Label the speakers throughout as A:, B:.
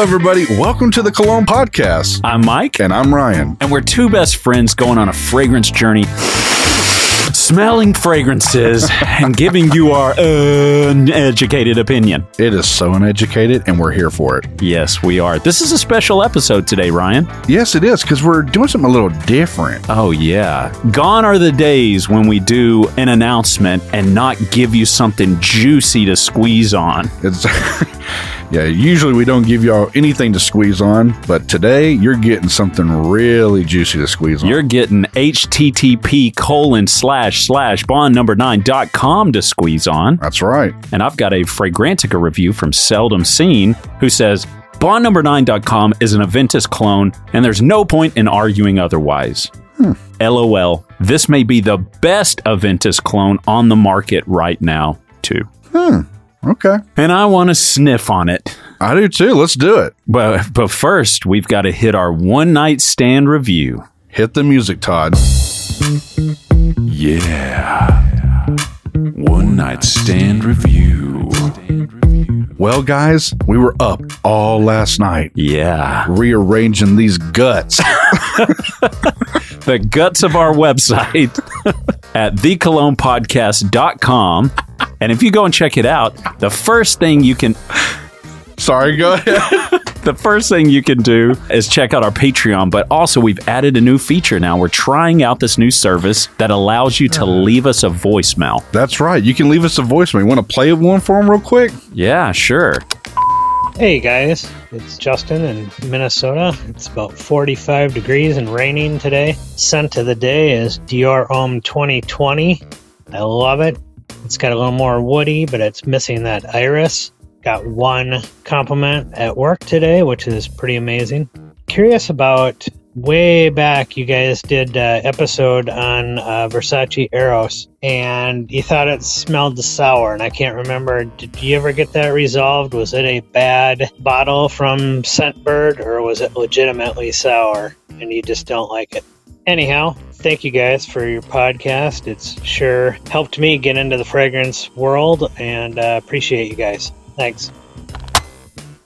A: everybody. Welcome to the Cologne Podcast.
B: I'm Mike,
A: And I'm Ryan.
B: and we're two best friends going on a fragrance journey, smelling fragrances and giving you our uneducated opinion.
A: It is so uneducated, and we're here for it.
B: Yes, we are. This is a special episode today, Ryan.
A: Yes, it is, because we're doing something a little different.
B: Oh, yeah. Gone are the days when we do an announcement and not give you something juicy to squeeze on.
A: It's yeah. Usually we don't give y'all anything to squeeze on, but today you're getting something really juicy to squeeze on.
B: You're getting HTTP colon slash slash bond number nine dot com to squeeze on.
A: That's right.
B: And I've got a Fragrantica review from Seldom Seen who says, Bond9.com is an Aventus clone, and there's no point in arguing otherwise. LOL, this may be the best Aventus clone on the market right now, too.
A: Okay,
B: And I want to sniff on it.
A: I do too. Let's do it.
B: But, but first, we've got to hit our one night stand review.
A: Hit the music, Todd.
C: Yeah. One night stand review.
A: Well, guys, we were up all last night
B: Yeah.
A: rearranging these guts.
B: the guts of our website at thecolognepodcast.com. And if you go and check it out, the first thing you can
A: Sorry, go ahead.
B: the first thing you can do is check out our Patreon, but also we've added a new feature now. We're trying out this new service that allows you to leave us a voicemail.
A: That's right. You can leave us a voicemail. You want to play one for them real quick?
B: Yeah, sure.
D: Hey guys, it's Justin in Minnesota. It's about 45 degrees and raining today. Scent of the day is Dior Homme 2020. I love it. It's got a little more woody, but it's missing that iris. Got one compliment at work today, which is pretty amazing. Curious about way back, you guys did uh, episode on uh, Versace Eros, and you thought it smelled sour, and I can't remember. Did you ever get that resolved? Was it a bad bottle from Scentbird, or was it legitimately sour, and you just don't like it? Anyhow, thank you guys for your podcast. It's sure helped me get into the fragrance world, and uh, appreciate you guys. Thanks.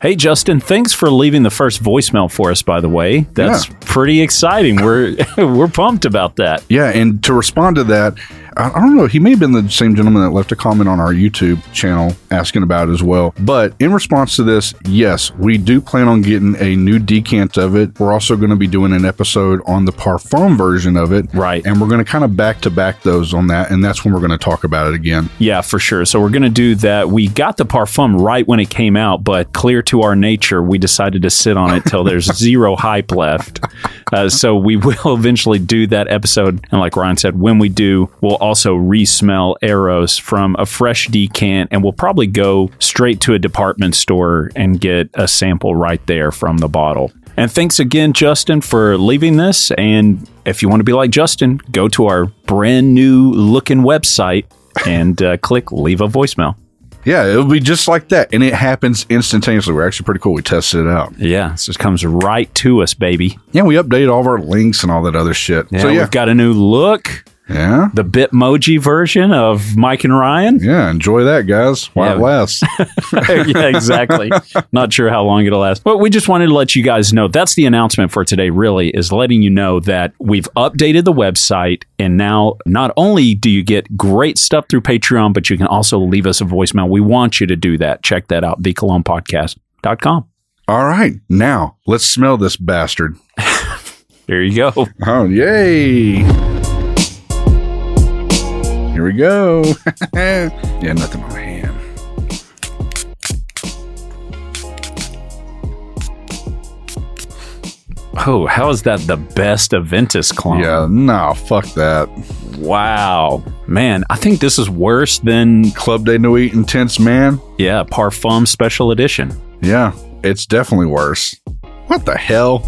B: Hey Justin, thanks for leaving the first voicemail for us by the way. That's pretty exciting. We're we're pumped about that.
A: Yeah, and to respond to that, I I don't know. He may have been the same gentleman that left a comment on our YouTube channel asking about it as well. But in response to this, yes, we do plan on getting a new decant of it. We're also going to be doing an episode on the parfum version of it.
B: Right.
A: And we're going to kind of back to back those on that. And that's when we're going to talk about it again.
B: Yeah, for sure. So we're going to do that. We got the parfum right when it came out, but clear to our nature, we decided to sit on it till there's zero hype left. Uh, so we will eventually do that episode. And like Ryan said, when we do, we'll also re-smell Eros from a fresh decant, and we'll probably go straight to a department store and get a sample right there from the bottle. And thanks again, Justin, for leaving this. And if you want to be like Justin, go to our brand new looking website and uh, click leave a voicemail.
A: Yeah, it'll be just like that. And it happens instantaneously. We're actually pretty cool. We tested it out.
B: Yeah, this just comes right to us, baby.
A: Yeah, we update all of our links and all that other shit.
B: Yeah,
A: so, yeah.
B: we've got a new look,
A: yeah.
B: the Bitmoji version of Mike and Ryan.
A: Yeah. Enjoy that, guys. While it
B: Yeah.
A: lasts.
B: yeah, exactly. Not sure how long it'll last. But we just wanted to let you guys know that's the announcement for today, really, is letting you know that we've updated the website. And now not only do you get great stuff through Patreon, but you can also leave us a voicemail. We want you to do that. Check that out, thecolognepodcast.com.
A: all right. Now, let's smell this bastard.
B: There you go.
A: Oh, yay. Here we go. yeah, nothing on my hand.
B: Oh, how is that the best Aventus clone?
A: Yeah, nah, fuck that.
B: Wow. Man, I think this is worse than,
A: Club Day No Eat Intense Man.
B: yeah, Parfum Special Edition.
A: Yeah, it's definitely worse. What the hell?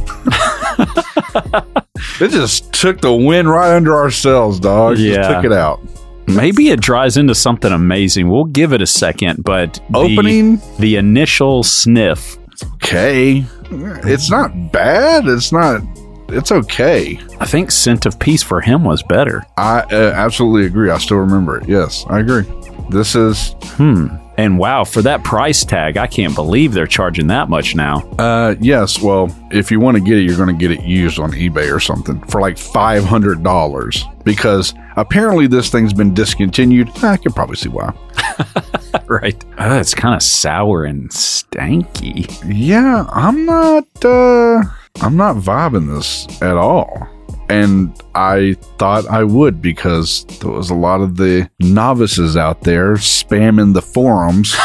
A: it just took the wind right under ourselves, dog. Just
B: Yeah.
A: took it out.
B: Maybe it dries into something amazing. We'll give it a second, but the-
A: Opening?
B: the, initial sniff.
A: Okay. It's not bad. It's not. It's okay.
B: I think Scent of Peace for him was better.
A: I uh, absolutely agree. I still remember it. Yes, I agree. This is
B: Hmm. And wow, for that price tag, I can't believe they're charging that much now.
A: Uh, yes. Well, if you want to get it, you're going to get it used on eBay or something for like five hundred dollars because apparently this thing's been discontinued. I can probably see why.
B: right. Uh, it's kind of sour and stanky.
A: Yeah, I'm not. Uh, I'm not vibing this at all. And I thought I would because there was a lot of the novices out there spamming the forums.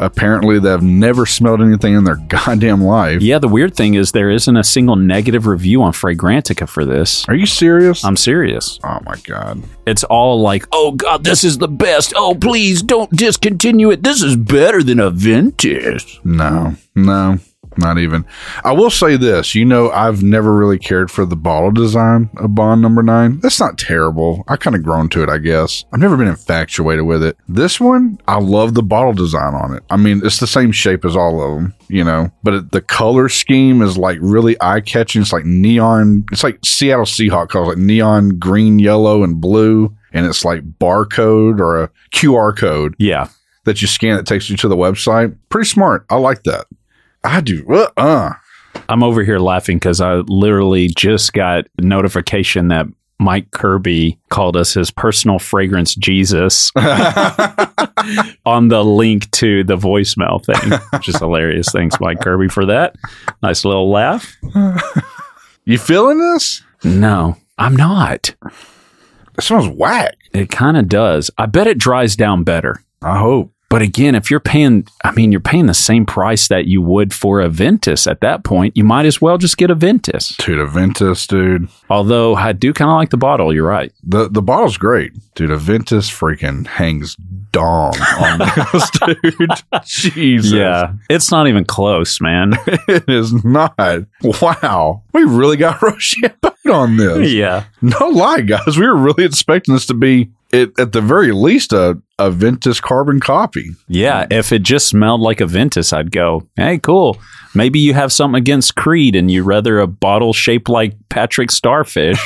A: Apparently, they've never smelled anything in their goddamn life.
B: Yeah, the weird thing is there isn't a single negative review on Fragrantica for this.
A: Are you serious?
B: I'm serious.
A: oh my god.
B: It's all like, oh God, this is the best. Oh, please don't discontinue it. This is better than Aventus.
A: No, no, not even. I will say this. You know, I've never really cared for the bottle design of Bond number nine. That's not terrible. I kind of grown to it, I guess. I've never been infatuated with it. This one, I love the bottle design on it. I mean, it's the same shape as all of them, you know, but it, the color scheme is like really eye catching. It's like neon, it's like Seattle Seahawk colors, like neon green, yellow, and blue. And it's like barcode or a QR code
B: Yeah.
A: that you scan that takes you to the website. Pretty smart. I like that. I do. Uh, uh.
B: I'm over here laughing because I literally just got notification that Mike Kirby called us his personal fragrance Jesus on the link to the voicemail thing, which is hilarious. Thanks, Mike Kirby, for that. Nice little laugh.
A: You feeling this?
B: No, I'm not.
A: It smells whack.
B: It kind of does. I bet it dries down better.
A: I hope.
B: But again, if you're paying, I mean, you're paying the same price that you would for a Ventus at that point, you might as well just get a Ventus.
A: Dude, Aventus, dude.
B: Although I do kind of like the bottle. You're right.
A: The the bottle's great. Dude, Aventus freaking hangs dong on this, dude. Jesus.
B: Yeah. It's not even close, man.
A: It is not. Wow. We really got Rochambeau on this.
B: yeah.
A: No lie, guys. We were really expecting this to be, it, at the very least, a Aventus carbon copy.
B: Yeah. If it just smelled like a Ventus, I'd go, hey, cool. Maybe you have something against Creed and you rather a bottle shaped like Patrick Starfish.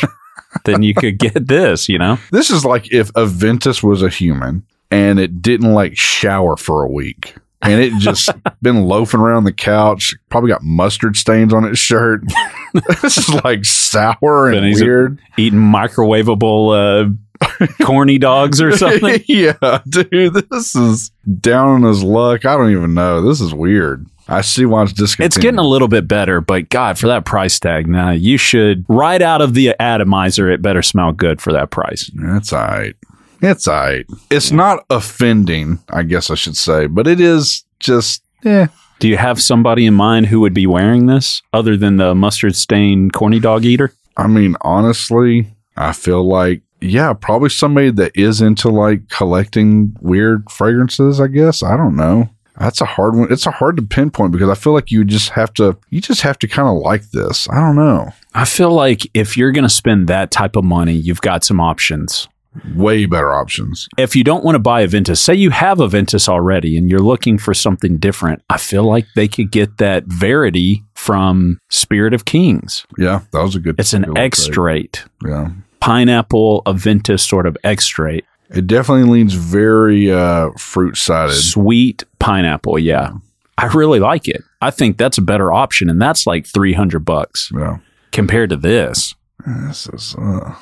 B: then you could get this, you know?
A: This is like if Aventus was a human and it didn't like shower for a week. And it just been loafing around the couch, probably got mustard stains on its shirt. this is like sour
B: Then
A: and
B: he's a-
A: weird.
B: Eating microwavable uh, corny dogs or something.
A: yeah, dude, this is down on his luck. I don't even know. This is weird. I see why it's discontinued.
B: It's getting a little bit better, but God, for that price tag, nah, you should right out of the atomizer. It better smell good for that price.
A: That's all right. It's all right. It's not offending, I guess I should say, but it is just, eh,
B: Do you have somebody in mind who would be wearing this other than the mustard stained corny dog eater?
A: I mean, honestly, I feel like, yeah, probably somebody that is into like collecting weird fragrances, I guess. I don't know. That's a hard one. It's a hard to pinpoint because I feel like you just have to, you just have to kind of like this. I don't know.
B: I feel like if you're going to spend that type of money, you've got some options.
A: Way better options.
B: If you don't want to buy a Ventus, say you have a Ventus already and you're looking for something different, I feel like they could get that Verity from Spirit of Kings.
A: Yeah, that was a good.
B: It's an
A: good
B: X rate,
A: pick. Yeah,
B: pineapple Aventus sort of X rate.
A: it definitely leans very uh fruit sided.
B: Sweet pineapple, yeah. I really like it. I think that's a better option, and that's like three hundred bucks
A: Yeah,
B: compared to this.
A: this is. Uh,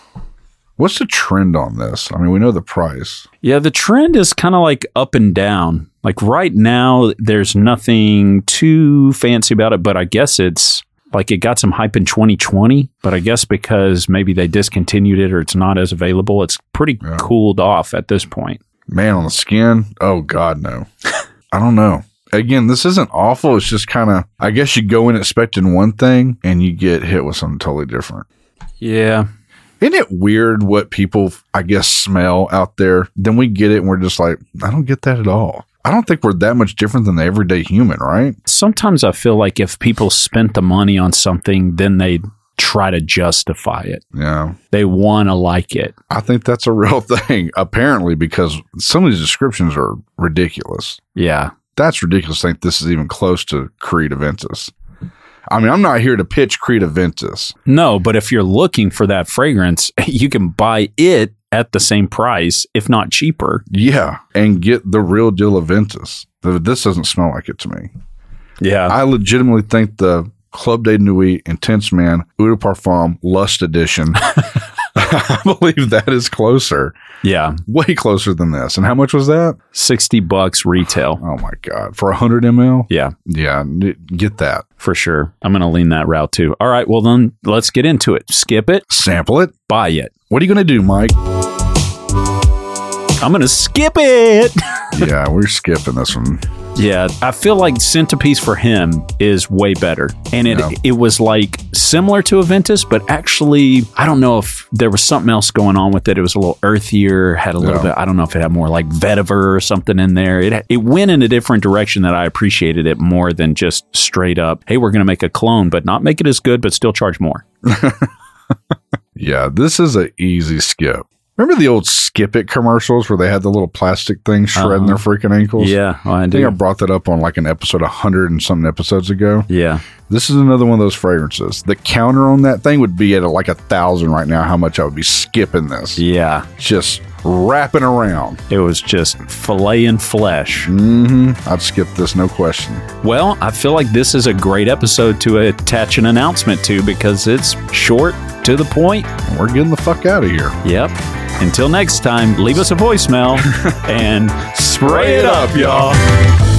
A: what's the trend on this? I mean, we know the price.
B: Yeah, the trend is kind of like up and down. Like right now, there's nothing too fancy about it, but I guess it's like it got some hype in 2020. But I guess because maybe they discontinued it or it's not as available, it's pretty
A: Yeah.
B: cooled off at this point.
A: man on the skin. Oh God, no. I don't know. Again, this isn't awful. It's just kind of, I guess you go in expecting one thing and you get hit with something totally different.
B: Yeah.
A: Isn't it weird what people, I guess, smell out there? Then we get it and we're just like, I don't get that at all. I don't think we're that much different than the everyday human, right?
B: Sometimes I feel like if people spent the money on something, then they try to justify it.
A: Yeah.
B: They want to like it.
A: I think that's a real thing, apparently, because some of these descriptions are ridiculous.
B: Yeah.
A: that's ridiculous to think this is even close to Creed Aventus. I mean, I'm not here to pitch Credaventus.
B: No, but if you're looking for that fragrance, you can buy it at the same price, if not cheaper.
A: Yeah, and get the real deal of Ventus. Th- This doesn't smell like it to me.
B: Yeah.
A: I legitimately think the Club de Nuit Intense Man Eau de Parfum Lust Edition. I believe that is closer,
B: yeah.
A: way closer than this. And how much was that?
B: 60 bucks retail.
A: Oh my God, for 100 ml?
B: Yeah,
A: Yeah, n- get that.
B: for sure. I'm going to lean that route too. All right. Well, then let's get into it. Skip it,
A: Sample it.
B: buy it.
A: What are you going to do, Mike?
B: I'm going to skip it.
A: yeah, we're skipping this one.
B: Yeah, I feel like Centerpiece for him is way better. And it
A: Yeah.
B: it was like similar to Aventus, but actually I don't know if there was something else going on with it. It was a little earthier, had a little
A: Yeah.
B: bit I don't know if it had more like vetiver or something in there. It it went in a different direction that I appreciated it more than just straight up, hey, we're going to make a clone but not make it as good but still charge more.
A: Yeah, this is an easy skip. Remember the old Skip It commercials where they had the little plastic thing shredding their freaking ankles?
B: Uh-huh. Yeah, well, I
A: I think I
B: do.
A: brought that up on like an episode 100 and something episodes ago.
B: Yeah.
A: This is another one of those fragrances. The counter on that thing would be at like a thousand right now. How much I would be skipping this,
B: Yeah.
A: just wrapping around.
B: It was just filet and flesh.
A: hmm I'd skip this, no question.
B: Well, I feel like this is a great episode to attach an announcement to because it's short, to the point.
A: And we're getting the fuck out of here.
B: Yep. Until next time, leave us a voicemail and spray it up, y'all.